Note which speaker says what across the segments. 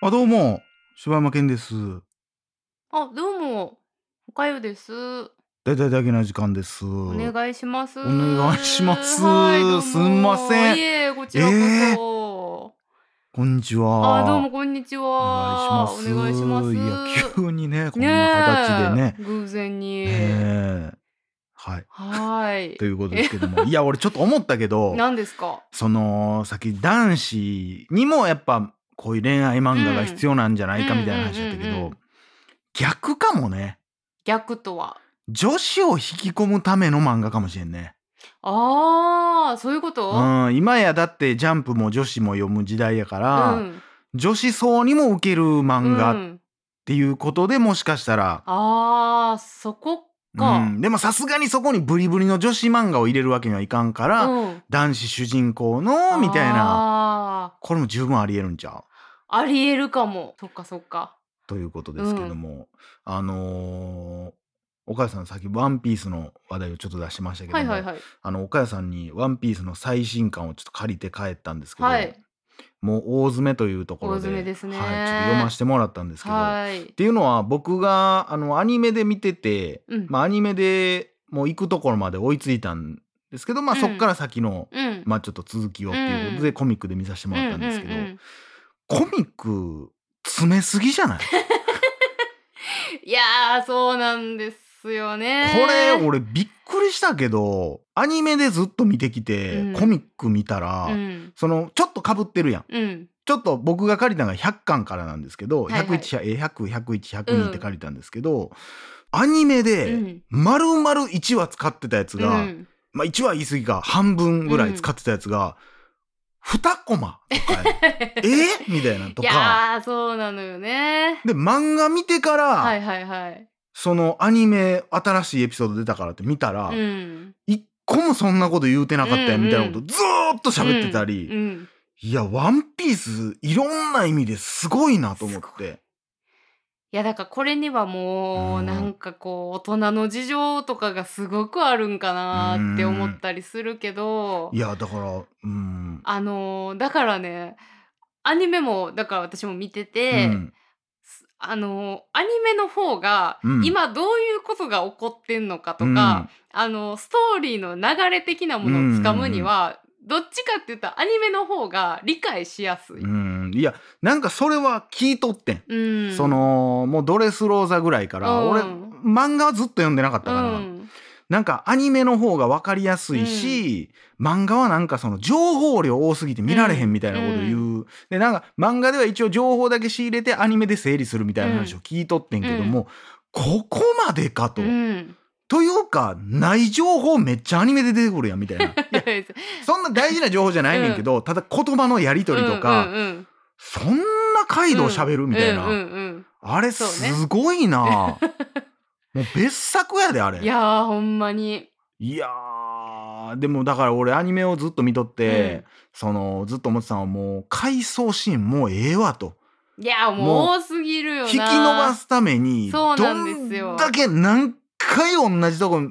Speaker 1: あ、どうも、柴山健です。
Speaker 2: あ、どうも、おかゆです。
Speaker 1: 大体だけな時間です。
Speaker 2: お
Speaker 1: お
Speaker 2: 願いします。
Speaker 1: 願いします。
Speaker 2: はい、どう
Speaker 1: すんま
Speaker 2: も。
Speaker 1: せ
Speaker 2: い
Speaker 1: ん。
Speaker 2: え、こち
Speaker 1: え
Speaker 2: らこ
Speaker 1: え
Speaker 2: そ。
Speaker 1: こんにち
Speaker 2: あ、どう
Speaker 1: は。
Speaker 2: も、こんにち
Speaker 1: お願いしま
Speaker 2: は。お
Speaker 1: す。
Speaker 2: 願いします。
Speaker 1: いや、急にね、こ
Speaker 2: ね
Speaker 1: んな形で
Speaker 2: え、
Speaker 1: ね。
Speaker 2: 偶然に。
Speaker 1: ええはい。
Speaker 2: はー
Speaker 1: と
Speaker 2: い。
Speaker 1: いうことで
Speaker 2: え、
Speaker 1: すけども。いや、俺ちょっと思ったけ ど、
Speaker 2: 何ですか
Speaker 1: その、先男子にもやっぱ、こういう恋愛
Speaker 2: うん。
Speaker 1: 漫
Speaker 2: う
Speaker 1: 画が
Speaker 2: ん
Speaker 1: 必要なんじゃな
Speaker 2: うん
Speaker 1: いかみたいな
Speaker 2: うん
Speaker 1: 話だった
Speaker 2: う
Speaker 1: け
Speaker 2: んう
Speaker 1: ど、
Speaker 2: ん。
Speaker 1: 逆かもね。
Speaker 2: 逆とは。
Speaker 1: 女子を引き込むための漫画かもしれんね。
Speaker 2: ああ、そういうこと
Speaker 1: うん、今やだってジャンプも女子も読む時代やか
Speaker 2: う
Speaker 1: ら
Speaker 2: ん。
Speaker 1: 女子層にも受ける
Speaker 2: う
Speaker 1: 漫画っ
Speaker 2: ん。
Speaker 1: ていうことでもしかしたら、
Speaker 2: ああ、そこ
Speaker 1: う
Speaker 2: か。
Speaker 1: ん、でもさすがにそこにブリブリの女子漫画を入れるわけにはいかんか
Speaker 2: う
Speaker 1: ら
Speaker 2: ん。
Speaker 1: 男子主人公のみたいな
Speaker 2: あ
Speaker 1: これも十分ありえるんちゃう
Speaker 2: あ、ありえるかも。そっかそっか。
Speaker 1: ということで
Speaker 2: う
Speaker 1: すけど
Speaker 2: ん。
Speaker 1: もあのー岡谷さんさっき「ワンピースの話題をちょっと出しましたけ
Speaker 2: は
Speaker 1: ど
Speaker 2: いはい
Speaker 1: も
Speaker 2: はい。
Speaker 1: あの岡谷さんに「ワンピースの最新刊をちょっと借りて帰ったんですけ
Speaker 2: は
Speaker 1: ど
Speaker 2: い。
Speaker 1: もう大詰めというとこ
Speaker 2: 大
Speaker 1: ろ
Speaker 2: 詰め
Speaker 1: で、
Speaker 2: です
Speaker 1: はい、ちょっと読ま
Speaker 2: ね。
Speaker 1: せてもらったんですけど、っ
Speaker 2: はい。
Speaker 1: ていうのは僕があのアニメで見てて、
Speaker 2: うん。
Speaker 1: まあ、アニメでもう行くところまで追いついたんですけど、まあ、
Speaker 2: う
Speaker 1: そっか
Speaker 2: ん。
Speaker 1: ら先の、
Speaker 2: うん。
Speaker 1: まあ、ちょっと続きを
Speaker 2: う
Speaker 1: っていうこと
Speaker 2: ん。
Speaker 1: でコミックで見させても
Speaker 2: う
Speaker 1: らっ
Speaker 2: ん。
Speaker 1: たん
Speaker 2: う
Speaker 1: ですけ
Speaker 2: ん。う
Speaker 1: ど
Speaker 2: ん。
Speaker 1: コミック詰めすぎじ ゃない
Speaker 2: いやー、そうなんですよ
Speaker 1: これ
Speaker 2: ね。
Speaker 1: 俺びっくりしたけどアニメでずっと見てき
Speaker 2: う
Speaker 1: てコミ
Speaker 2: ん。
Speaker 1: ック見た
Speaker 2: う
Speaker 1: ら
Speaker 2: ん。
Speaker 1: そのちょっとかぶってるやん。
Speaker 2: うん。
Speaker 1: ちょっと僕が借りたのが100巻からなんですけど
Speaker 2: はいはい。
Speaker 1: 101、えー100、101、
Speaker 2: う
Speaker 1: 102って
Speaker 2: ん。
Speaker 1: 借りたんですけどアニメ
Speaker 2: う
Speaker 1: で
Speaker 2: ん。
Speaker 1: 丸々1話使ってたやつ
Speaker 2: う
Speaker 1: が、
Speaker 2: ん。
Speaker 1: まあ、1話言い過ぎか半分
Speaker 2: う
Speaker 1: ぐらい使
Speaker 2: ん。
Speaker 1: ってたやつが2コマとか え ーみたいなの
Speaker 2: い
Speaker 1: とか
Speaker 2: やー、そうなのよね。
Speaker 1: で漫画見てか
Speaker 2: はい
Speaker 1: ら
Speaker 2: はいはい。
Speaker 1: そのアニメ新しいエピソード出たからって見た
Speaker 2: う
Speaker 1: ら
Speaker 2: ん。
Speaker 1: 一個もそんなこと言うてな
Speaker 2: う
Speaker 1: かったやんみたいなこ
Speaker 2: ん
Speaker 1: とずーっと
Speaker 2: うん。
Speaker 1: 喋って
Speaker 2: う
Speaker 1: た
Speaker 2: ん。
Speaker 1: り
Speaker 2: うん。
Speaker 1: いや「ワンピースいろんな意味ですごいなと
Speaker 2: す
Speaker 1: 思っ
Speaker 2: ごい。
Speaker 1: て。
Speaker 2: いやだからこれには
Speaker 1: う
Speaker 2: もうなんんかこう大人の事情とかがすごくあるんか
Speaker 1: う
Speaker 2: なって思
Speaker 1: ー
Speaker 2: っ
Speaker 1: ん。
Speaker 2: たりするけ
Speaker 1: い
Speaker 2: ど
Speaker 1: や、だから、うーん。
Speaker 2: あのーだからねアニメもだから私も見て
Speaker 1: う
Speaker 2: て
Speaker 1: ん。
Speaker 2: すあのーアニメの方が
Speaker 1: うん。
Speaker 2: 今どういうことが起こってんのか
Speaker 1: う
Speaker 2: とか
Speaker 1: ん。
Speaker 2: あのーストーリーの流れ的な
Speaker 1: う
Speaker 2: ものをつかむに
Speaker 1: ん。
Speaker 2: はどっちかって言ったらアニメの方が理解しやす
Speaker 1: う
Speaker 2: い。
Speaker 1: ん。うんいや、なんかそれは聞いとってん。
Speaker 2: う
Speaker 1: そ
Speaker 2: ん、
Speaker 1: の、もうドレスローザぐらいか
Speaker 2: う
Speaker 1: ら、俺、
Speaker 2: ん、
Speaker 1: 漫画はずっと読んでなかっ
Speaker 2: う
Speaker 1: たから、
Speaker 2: ん、
Speaker 1: なんかアニメの方がわかりやす
Speaker 2: う
Speaker 1: い
Speaker 2: ん、
Speaker 1: し、漫画はなんかその情報量多すぎて
Speaker 2: う
Speaker 1: 見られへん
Speaker 2: ん、
Speaker 1: みたいうなこと
Speaker 2: ん、
Speaker 1: 言う。で、なんか漫画では一応情報だけ仕入れてアニメで整理するみた
Speaker 2: う
Speaker 1: いな話を
Speaker 2: ん、
Speaker 1: 聞いとってん
Speaker 2: う
Speaker 1: けど
Speaker 2: ん、
Speaker 1: も、ここまでか
Speaker 2: う
Speaker 1: と。
Speaker 2: ん。
Speaker 1: というか、ない情報めっちゃアニメで出てくるやんみたい な。いや、そんな大事な情報じゃな
Speaker 2: う
Speaker 1: いねんけ
Speaker 2: ん、
Speaker 1: ど、ただ言葉のやり
Speaker 2: う
Speaker 1: 取りと
Speaker 2: ん、う
Speaker 1: か、
Speaker 2: ん、
Speaker 1: そんな回
Speaker 2: う
Speaker 1: 路
Speaker 2: ん、
Speaker 1: を
Speaker 2: うん、
Speaker 1: 喋るみ
Speaker 2: う
Speaker 1: たい
Speaker 2: ん、う
Speaker 1: な。
Speaker 2: ん、うん
Speaker 1: あれ
Speaker 2: そうね。
Speaker 1: すごい な。もう別作やで、あ
Speaker 2: い
Speaker 1: れ。
Speaker 2: やー、ほんまに。
Speaker 1: いやー、でもだから俺アニメをずっと見とっ
Speaker 2: う
Speaker 1: て、
Speaker 2: ん。
Speaker 1: その、ずっと思ってたのはもう、回想シーンもうええわと。
Speaker 2: いやー、もう
Speaker 1: も
Speaker 2: 多すぎる
Speaker 1: う、
Speaker 2: よ
Speaker 1: 引き伸ば
Speaker 2: な。
Speaker 1: すために、
Speaker 2: そう
Speaker 1: ど
Speaker 2: なんです
Speaker 1: んだ
Speaker 2: よ。
Speaker 1: け何回同じとこ、も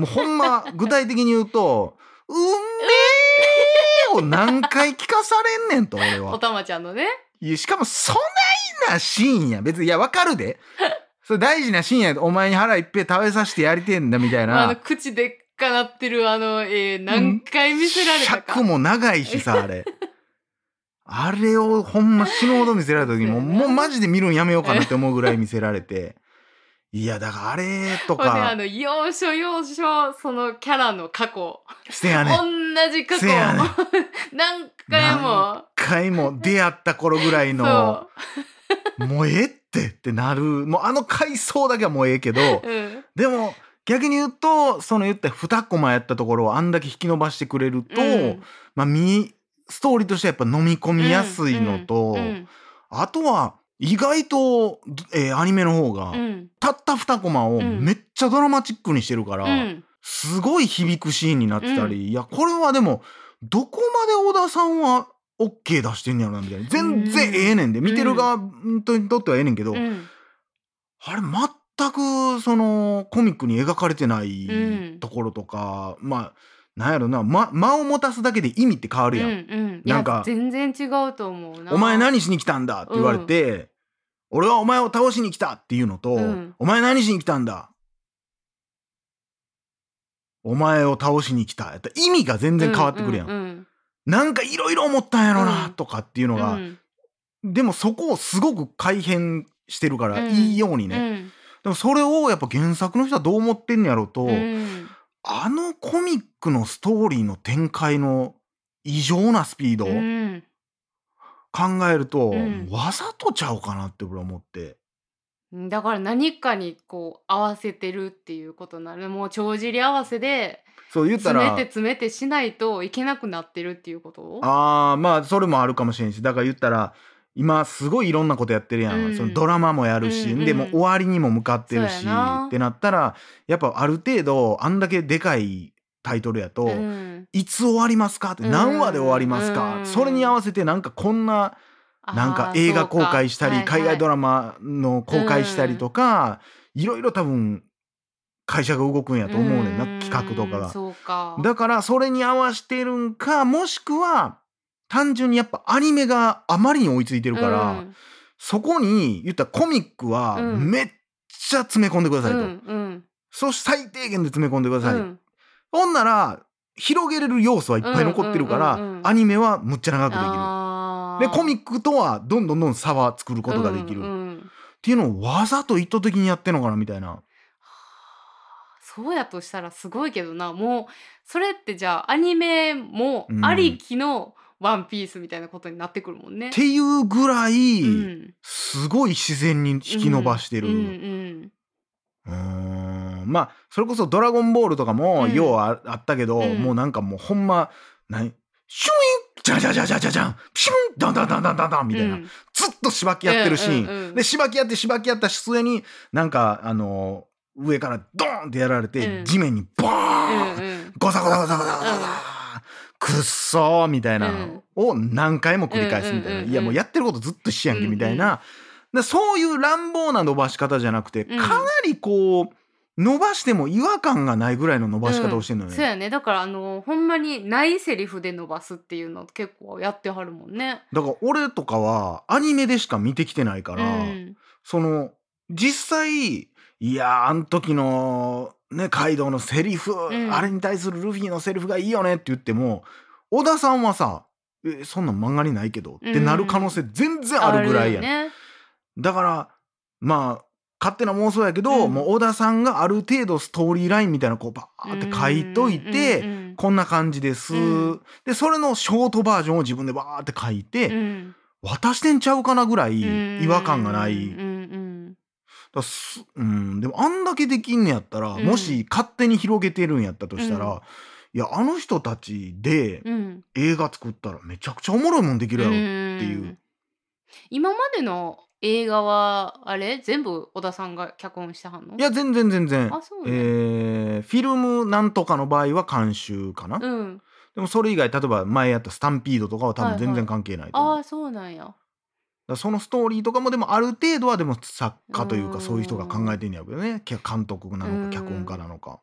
Speaker 1: うほん ま、具体的に言うと、うんめーを何回聞かされんねんと、俺
Speaker 2: お
Speaker 1: は。
Speaker 2: たまちゃんのね。
Speaker 1: いや、しかもそんなシーンや。別に、いや、わかる で。それ大事なシーンやで。お前に腹いっぺい食べさせてやりてえんだ、みたい
Speaker 2: まあ、あの、
Speaker 1: な。
Speaker 2: 口でっかなってる、あの、えー、
Speaker 1: う
Speaker 2: 何
Speaker 1: ん
Speaker 2: 回見せられた
Speaker 1: 尺
Speaker 2: か。
Speaker 1: も長いしさ、あ れ。あれをほんま死ぬほど見せられた時に
Speaker 2: そ
Speaker 1: も
Speaker 2: う
Speaker 1: う、も
Speaker 2: や
Speaker 1: うマ
Speaker 2: な。
Speaker 1: ジで見るんやめようか
Speaker 2: う
Speaker 1: なっ
Speaker 2: ん
Speaker 1: て思うぐらい見せられて。いや、だからあれと
Speaker 2: ほんで、あ
Speaker 1: か、
Speaker 2: の、要所要所、そのキャラの過去。
Speaker 1: せやねん。
Speaker 2: 同じ過
Speaker 1: せ
Speaker 2: 去を
Speaker 1: やねん。
Speaker 2: 何回
Speaker 1: 何
Speaker 2: も。
Speaker 1: 回も出会った頃ぐらいの、
Speaker 2: そ
Speaker 1: もうええってってなる。もうあの回想だけはもうええけど、
Speaker 2: う。うん。
Speaker 1: でも逆に言うとその言った2コマやったところをあんだけ引き伸ばしてくれる
Speaker 2: う
Speaker 1: と、
Speaker 2: ん。
Speaker 1: まあ、見ストーリーとしてはやっぱ飲み込
Speaker 2: う
Speaker 1: みや
Speaker 2: ん
Speaker 1: す
Speaker 2: う
Speaker 1: いの
Speaker 2: んう
Speaker 1: と
Speaker 2: ん
Speaker 1: あとは意外と、えーアニメの方
Speaker 2: う
Speaker 1: が
Speaker 2: ん
Speaker 1: たった2コマを
Speaker 2: うん
Speaker 1: めっちゃドラマチックにしてるか
Speaker 2: う
Speaker 1: ら
Speaker 2: ん
Speaker 1: すごい響くシーンになっ
Speaker 2: う
Speaker 1: てた
Speaker 2: ん
Speaker 1: りいやこれはでもどこまで小田さんは OK 出してんねやろなみたいな
Speaker 2: う
Speaker 1: 全然ええ
Speaker 2: ん
Speaker 1: ねんで見て
Speaker 2: う
Speaker 1: る
Speaker 2: ん
Speaker 1: 側にとってはええねんけ
Speaker 2: う
Speaker 1: ど
Speaker 2: ん
Speaker 1: あれ全くそのコミックに描かれてな
Speaker 2: う
Speaker 1: い
Speaker 2: ん
Speaker 1: ところとかまあなんやろな、ま、間を持たすだけで意味って変わるやん。
Speaker 2: うんうん、い
Speaker 1: な
Speaker 2: や
Speaker 1: んか
Speaker 2: 全然違うと思うな
Speaker 1: お前何しに来たんだって言われて、俺はお前を倒しに来たっていうのと、
Speaker 2: うん
Speaker 1: お前何しに来たんだお前を倒しに来たやったら意味が全然変わってくるやん。
Speaker 2: うんうん
Speaker 1: なんかいろいろ思ったんやろ
Speaker 2: う
Speaker 1: なんとかっていうの
Speaker 2: うん
Speaker 1: が、
Speaker 2: うん
Speaker 1: でもそこをすごく改変してるから、
Speaker 2: うん
Speaker 1: いいようにね、
Speaker 2: うん
Speaker 1: でもそれをやっぱ原作の人はどう思ってんやろうと、
Speaker 2: うん
Speaker 1: あのコミックのストーリーの展開の異常なスピード、
Speaker 2: うん
Speaker 1: 考えると、
Speaker 2: うん
Speaker 1: わざとちゃうかなって俺は思って
Speaker 2: だから何かにこう合わせてるっていうことになるもう帳尻合わせで
Speaker 1: そう言った
Speaker 2: 詰め
Speaker 1: ら
Speaker 2: て詰めてしないといけなくなってるっていうこと
Speaker 1: ああまあそれもあるかもしれんしだから言ったら今すごいいろんなことやってるやん、
Speaker 2: うん
Speaker 1: そのドラマもやるし、
Speaker 2: うんうん
Speaker 1: でも終わりにも向かってるし
Speaker 2: そうやな
Speaker 1: ってなったらやっぱある程度あんだけでかいタイトルやと、
Speaker 2: うん
Speaker 1: いつ終わりますかって
Speaker 2: うん
Speaker 1: 何話で終わりますか、
Speaker 2: うん
Speaker 1: それに合わせてなんかこんな
Speaker 2: あー
Speaker 1: なんか映画公開したり、
Speaker 2: そうか
Speaker 1: 海外ド
Speaker 2: は
Speaker 1: ラ
Speaker 2: い
Speaker 1: マの公開したりとか、いろいろ多分会社が動くんや
Speaker 2: はい
Speaker 1: と思うねんな、
Speaker 2: ん
Speaker 1: 企画とかが。
Speaker 2: そうか
Speaker 1: だからそれに合わしてるんかもしくは単純にやっぱアニメがあまりに追いついてるから、
Speaker 2: うん
Speaker 1: そこに言ったらコミックは
Speaker 2: うん
Speaker 1: めっちゃ詰め込んでくださいと、
Speaker 2: うんうん
Speaker 1: そう最低限で詰め込んでください、
Speaker 2: うん
Speaker 1: ほんなら広げれる要素はいっぱい残ってるから、
Speaker 2: うんうんうんうん
Speaker 1: アニメはむっちゃ長くで
Speaker 2: あ
Speaker 1: きるでコミ
Speaker 2: ッ
Speaker 1: ックとはどんどんどん差は作ることができる、っていうのをわざと意図的にやってんのかなみたいな
Speaker 2: そうやとしたらすごいけどなもうそれってじゃあアニメもありきの「ワンピースみたいなことになってくるもんね。
Speaker 1: っていうぐらい、
Speaker 2: うん
Speaker 1: すごい自然に引き伸ばしてる。
Speaker 2: うんうん
Speaker 1: うーんまあそれこそ「ドラゴンボール」とかも
Speaker 2: うん
Speaker 1: ようああったけど、
Speaker 2: うん
Speaker 1: もうなんかもうほんま何シュインジャジャジャジャジャジャンピシュンダンダンダンダンダンダンみたいな、
Speaker 2: うん
Speaker 1: ずっとしばきやってるシーン、
Speaker 2: うんうんうん
Speaker 1: でしばきやってしばきやった末になんかあの上からドーンってやられて、
Speaker 2: うん
Speaker 1: 地面にボーン、
Speaker 2: うんうん
Speaker 1: ゴサゴサゴサゴサゴサゴサ、くっそーみたいな
Speaker 2: うん
Speaker 1: を何回も繰り返すみたいな、
Speaker 2: うんうんうんうん
Speaker 1: いやもうやってることずっと一緒やんけみたいな、
Speaker 2: うん
Speaker 1: でそういう乱暴な伸ばし方じゃなくてか
Speaker 2: うん
Speaker 1: なりこう伸ばしても違和感がないぐらいの伸ばし方をしてるのよ
Speaker 2: そう
Speaker 1: ね、
Speaker 2: やねだからあのほんまにないセリフで伸ばすっていうの結構やってはるもんね。
Speaker 1: だから俺とかはアニメでしか見てきてないから、
Speaker 2: うん
Speaker 1: その実際いやーあん時のねカイドウのセリフ、
Speaker 2: ん
Speaker 1: あれに対するルフィのセリフがいいよねって言っても小田さんはさ「えそんなん漫画にないけど」ってなる可能性全然あるぐらいやん、
Speaker 2: あるよね
Speaker 1: だからまあ勝手な妄想やけど、
Speaker 2: うん
Speaker 1: もう小田さんがある程度ストーリーラインみたいなのこうバーって書いといて、
Speaker 2: うんうん
Speaker 1: こんな感じです、
Speaker 2: うん
Speaker 1: でそれのショートバージョンを自分でバーって書いて、
Speaker 2: うん
Speaker 1: 渡してんちゃうかなぐらい
Speaker 2: うん
Speaker 1: 違和感がない。
Speaker 2: うんうん
Speaker 1: だすうん、でもあんだけできんねやったら、
Speaker 2: うん
Speaker 1: もし勝手に広げてるんやったとしたら、
Speaker 2: うん
Speaker 1: いやあの人たちで
Speaker 2: うんうん
Speaker 1: 映画作ったらめちゃくちゃおもろいもんできるやろ、
Speaker 2: って
Speaker 1: いう
Speaker 2: 今までの映画はあれ全部小田さんが脚本してはんの
Speaker 1: いや全然全然、
Speaker 2: あそう
Speaker 1: え
Speaker 2: ね、
Speaker 1: ーフィルムなんとかの場合は監修かな、で
Speaker 2: うん
Speaker 1: もそれ以外例えば前やった「スタンピード」とかは多
Speaker 2: は
Speaker 1: 分
Speaker 2: いは
Speaker 1: 全
Speaker 2: い
Speaker 1: 然関係ないと思う、
Speaker 2: ああそうなんや
Speaker 1: だからそのストーリーとかもでもある程度はでも作家という
Speaker 2: う
Speaker 1: か
Speaker 2: ん
Speaker 1: そういう人が考えてんやけどねけ監督な
Speaker 2: う
Speaker 1: の
Speaker 2: ん
Speaker 1: か脚本家なのか、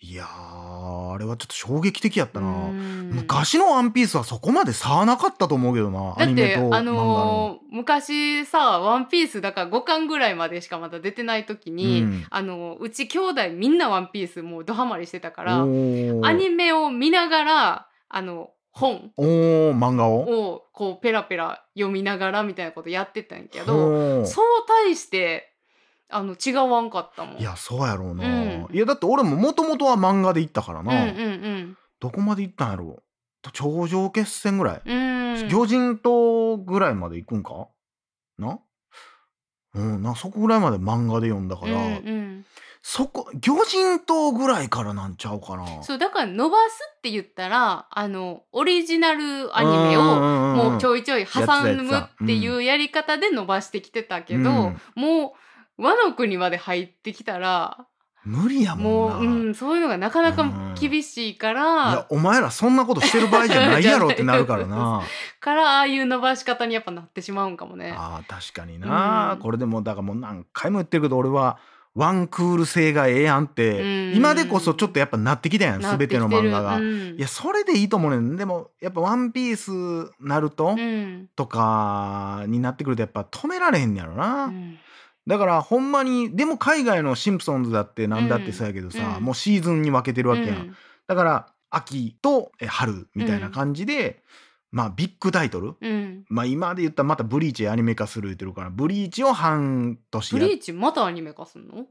Speaker 1: いやーあれはちょっと衝撃的やったな、
Speaker 2: うん
Speaker 1: 昔の「ワンピースはそこまで差はなかったと思うけどなア
Speaker 2: だ
Speaker 1: ニ
Speaker 2: っ
Speaker 1: メ
Speaker 2: て
Speaker 1: と漫画
Speaker 2: あ
Speaker 1: の。
Speaker 2: のー昔さ「ワンピースだから5巻ぐらいまでしかまだ出てない時に、
Speaker 1: うん
Speaker 2: あのーうち兄弟みんな「ワンピースもうドハマりしてたから
Speaker 1: お
Speaker 2: アニメを見ながらあの本
Speaker 1: おー漫画を
Speaker 2: をこうペラペラ読みながらみたいなことやってたんやけど、
Speaker 1: ほー
Speaker 2: そう対してあの違わんかったもん。
Speaker 1: いやそうやろうな、
Speaker 2: うん
Speaker 1: いやだって俺ももともとは漫画で行ったから
Speaker 2: うん
Speaker 1: な、
Speaker 2: うん
Speaker 1: どこまで行ったんやろう頂上決戦ぐらい、
Speaker 2: うん。うん。
Speaker 1: 魚人島ぐらいまで行くんかなうん、なそこぐらいまで漫画で読んだから、
Speaker 2: うんうん
Speaker 1: そこ魚人島ぐらいからなんちゃうかな
Speaker 2: そうだから伸ばすって言ったらあのオリジナルアニメ
Speaker 1: ん
Speaker 2: を
Speaker 1: んんん
Speaker 2: もうちょいちょい挟
Speaker 1: やつ
Speaker 2: む
Speaker 1: だやつだ
Speaker 2: っていうやり方で伸ばしてきてたけ
Speaker 1: う
Speaker 2: ど
Speaker 1: ん
Speaker 2: もう和の国まで入ってきたら
Speaker 1: 無理やもんな
Speaker 2: もううんそういうのがなかなか厳しいか
Speaker 1: いや
Speaker 2: ら
Speaker 1: お前らそんなことしてる場合じゃないやろってなるから な
Speaker 2: からああいう伸ばし方にやっぱなってしまうんかもね。
Speaker 1: あー確かにな、
Speaker 2: うん
Speaker 1: これでもだからもう何回も言ってるけど俺はワンクール性がええやんって、
Speaker 2: うん
Speaker 1: 今でこそちょっとやっぱなってきたやん
Speaker 2: なっ
Speaker 1: 全ての
Speaker 2: きる
Speaker 1: 漫画が。
Speaker 2: うん
Speaker 1: いやそれでいいと思うねんでもやっぱ「ワンピースナルト
Speaker 2: うん
Speaker 1: とかになってくるとやっぱ止められへんねやろな、
Speaker 2: うん
Speaker 1: だからほんまにでも海外の「シンプソンズ」だってなんだってそうやけどさ、
Speaker 2: うん
Speaker 1: もうシーズンに分けてるわけやん、
Speaker 2: うん
Speaker 1: だから秋とえ春みたいな感じで、まあビッグタイトル
Speaker 2: うん
Speaker 1: まあ今で言ったらまたブリーチアニメ化する言ってるからブリーチを半年
Speaker 2: ブ
Speaker 1: やっ
Speaker 2: リーチまたアニメ化すんの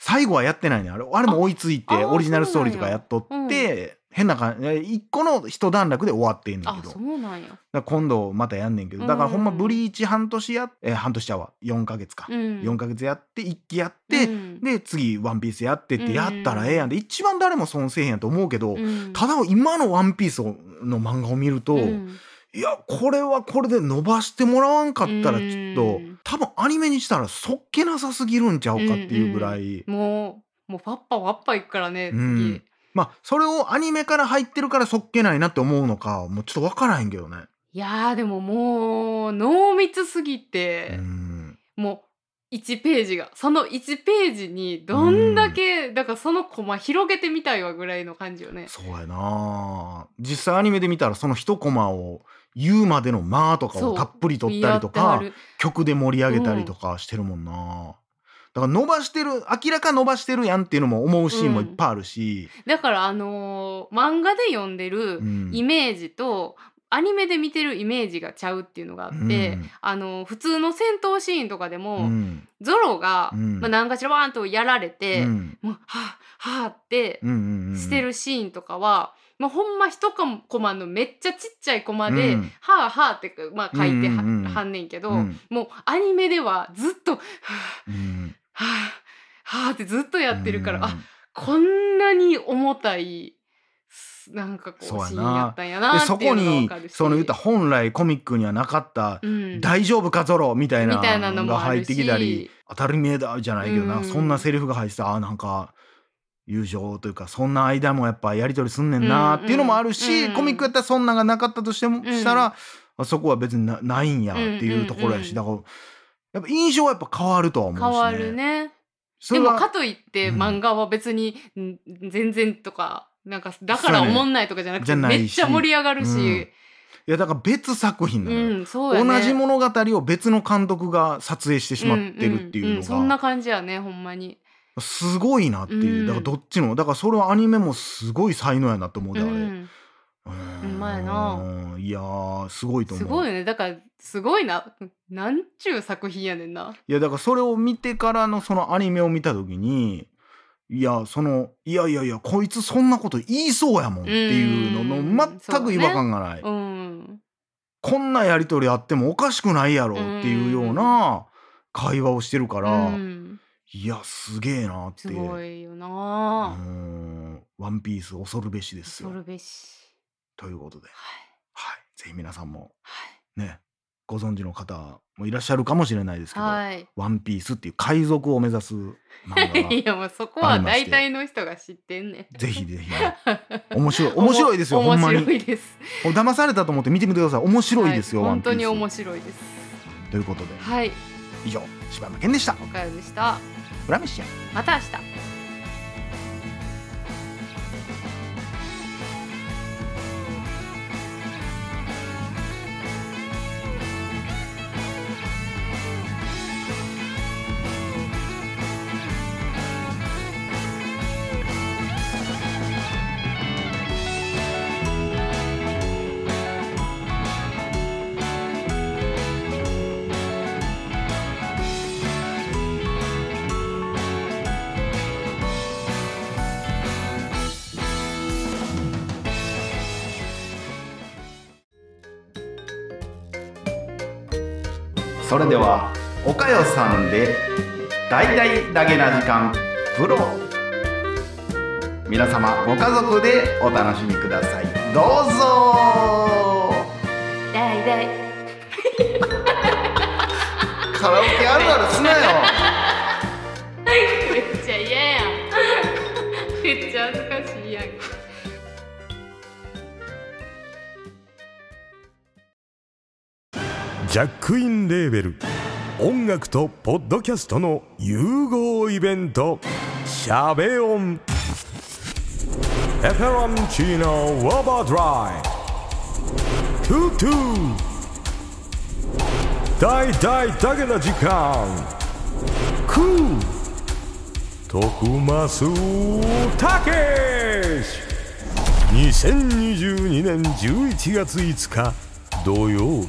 Speaker 1: 最後はやってないねあれあれも追いつい
Speaker 2: あ
Speaker 1: て
Speaker 2: あー
Speaker 1: オリジナルストーリーとかやっと
Speaker 2: そう
Speaker 1: っ
Speaker 2: なん
Speaker 1: て、変な感じえ一個の一段落で終わってんねん
Speaker 2: あ
Speaker 1: けどだ
Speaker 2: そ
Speaker 1: か
Speaker 2: うなんや、
Speaker 1: ら今度またやんねんけどだからほんま
Speaker 2: うん
Speaker 1: ブリーチ半年やっえー半年ちゃうわ4ヶ月か、
Speaker 2: うん、
Speaker 1: 4ヶ月やって一期やって、
Speaker 2: うん
Speaker 1: で次「ワンピースやってって
Speaker 2: うん
Speaker 1: やったらええやんで一番誰も損せえへんやと思うけど、
Speaker 2: うん
Speaker 1: ただ今の「ワンピースの漫画を見ると、
Speaker 2: うん
Speaker 1: いやこれはこれで伸ばしてもらわんかったら
Speaker 2: う
Speaker 1: ちょ
Speaker 2: ん
Speaker 1: っと多分アニメにしたらそっけなさすぎるんちゃうかっていうぐらい、
Speaker 2: もうもうパッパワッパいくからね次、
Speaker 1: うんまあそれをアニメから入ってるからそっけないなって思うのかもうちょっと分からへんけどね。
Speaker 2: いやーでももう濃密すぎ
Speaker 1: う
Speaker 2: て、
Speaker 1: ん
Speaker 2: もう1ページがその1ページにどんだけ、だからそのコマ広げてみたいわぐらいの感じよね。
Speaker 1: そうやな実際アニメで見たらその一コマを言うまでの間とか
Speaker 2: そ
Speaker 1: を
Speaker 2: う
Speaker 1: たっぷり取ったりと
Speaker 2: 見合っ
Speaker 1: か
Speaker 2: てはる
Speaker 1: 曲で盛り上げたりとかしてるもんな、だから伸ばしてる明らか伸ばしてるやんっていうのも思うシーンもいっぱいあるし、
Speaker 2: だからあのー漫画で読んでる
Speaker 1: うん
Speaker 2: イメージと、アニメで見てるイメージがちゃうっていうのがあって、
Speaker 1: うん
Speaker 2: あのー普通の戦闘シーンとかでも、
Speaker 1: うん
Speaker 2: ゾロが、
Speaker 1: うん
Speaker 2: まあ、何かしらバーンとやられて、
Speaker 1: うん
Speaker 2: もうはあはあって
Speaker 1: うんうんうん
Speaker 2: してるシーンとかは、まあ、ほんま一コマのめっちゃちっちゃいコマで
Speaker 1: う
Speaker 2: 「
Speaker 1: ん
Speaker 2: はあはあ」って、まあ、書い
Speaker 1: う
Speaker 2: ては,、
Speaker 1: んうんうん
Speaker 2: はんねんけど、
Speaker 1: うん
Speaker 2: もうアニメではずっと「は
Speaker 1: うん
Speaker 2: あはあはあ」ってずっとやってるから、
Speaker 1: うん
Speaker 2: あこんなに重たいすなんかこう
Speaker 1: そうやな
Speaker 2: シーンやったんや
Speaker 1: で
Speaker 2: な
Speaker 1: そ
Speaker 2: っていう
Speaker 1: こ
Speaker 2: のがわ
Speaker 1: に
Speaker 2: かるし
Speaker 1: その言ったら本来コミックにはなかった
Speaker 2: うん
Speaker 1: 大丈夫かゾロみたいな
Speaker 2: みたいなの
Speaker 1: のが
Speaker 2: もあ
Speaker 1: 入
Speaker 2: る
Speaker 1: っ
Speaker 2: して
Speaker 1: きたり当たり前だじゃないけどな、
Speaker 2: うん
Speaker 1: そんなセリフが入ってたあーなんか友情というかそんな間もやっぱやり取りすんねんな
Speaker 2: うん
Speaker 1: っていうのもあるし、
Speaker 2: うん
Speaker 1: コミックやったらそんなんがなかったとしても、
Speaker 2: ん
Speaker 1: したらあそこは別になないんやっていうところやし、
Speaker 2: うんう
Speaker 1: だからやっぱ印象はやっぱ変わるとは思うし、ね、
Speaker 2: 変わるね。
Speaker 1: そ
Speaker 2: で
Speaker 1: れ
Speaker 2: も
Speaker 1: は
Speaker 2: かといって
Speaker 1: うん
Speaker 2: 漫画は別に、ん全然とかなんかだから
Speaker 1: そうやね
Speaker 2: 思んないとかじゃなく
Speaker 1: じ
Speaker 2: て
Speaker 1: ゃないし
Speaker 2: めっちゃ盛り上がるし、
Speaker 1: いやだから別作品
Speaker 2: う
Speaker 1: なのよ、
Speaker 2: んそうやね
Speaker 1: 同じ物語を別の監督が撮影してしまってるっていうの
Speaker 2: んんん
Speaker 1: が、
Speaker 2: そんな感じやねほんまに。
Speaker 1: すごいなっていう、
Speaker 2: うん
Speaker 1: だからどっちのだからそれはアニメもすごい才能やなと思うであれ、
Speaker 2: うん
Speaker 1: う
Speaker 2: ほんまや
Speaker 1: な。いやーすごいと思う。
Speaker 2: すごいよねだからすごいななんちゅう作品やねんな。
Speaker 1: いやだからそれを見てからのそのアニメを見た時にいやそのいやいやいやこいつそんなこと言いそうやもんっていうの
Speaker 2: うん
Speaker 1: の全く違和感がない、
Speaker 2: うん
Speaker 1: こんなやり取りあってもおかしくないやろっていうような会話をしてるから、
Speaker 2: うん
Speaker 1: いやすげえなって
Speaker 2: すごいよ
Speaker 1: う
Speaker 2: な。
Speaker 1: んワンピース恐るべしですよ
Speaker 2: 恐。るべし。
Speaker 1: ということで、
Speaker 2: はい
Speaker 1: はい、ぜひ皆さんも
Speaker 2: はい
Speaker 1: ねご存知の方もいらっしゃるかもしれないですけど、
Speaker 2: はい。
Speaker 1: ワンピースっていう海賊を目指す漫画が
Speaker 2: いやもうそこは大体の人が知ってんねん。
Speaker 1: ぜひぜひあの面白い面白いですよほんま
Speaker 2: 面白
Speaker 1: に
Speaker 2: いです。
Speaker 1: 騙されたと思って見てみてください面白いですよ、
Speaker 2: は
Speaker 1: ワ
Speaker 2: 本
Speaker 1: ンピ
Speaker 2: 当に
Speaker 1: ー
Speaker 2: 面
Speaker 1: ス
Speaker 2: 白いです。
Speaker 1: ということで
Speaker 2: はい、
Speaker 1: 以上柴山健でした
Speaker 2: おかよでした。
Speaker 1: 「裏飯や
Speaker 2: また明日。
Speaker 1: それでは岡代さんで「大々だけな時間プロ」皆様ご家族でお楽しみくださいどうぞ
Speaker 2: だいだい。
Speaker 1: カラオケあるあるすなよ
Speaker 2: めっちゃ嫌やん。 めっちゃ恥ずかしいやん。
Speaker 3: ジャックインレーベル音楽とポッドキャストの融合イベント「シャベオン」「エフェロンチーノウォーバードライ」「トゥトゥ」「大大だけな時間」「クー」「徳マスたけし」2022年11月5日土曜日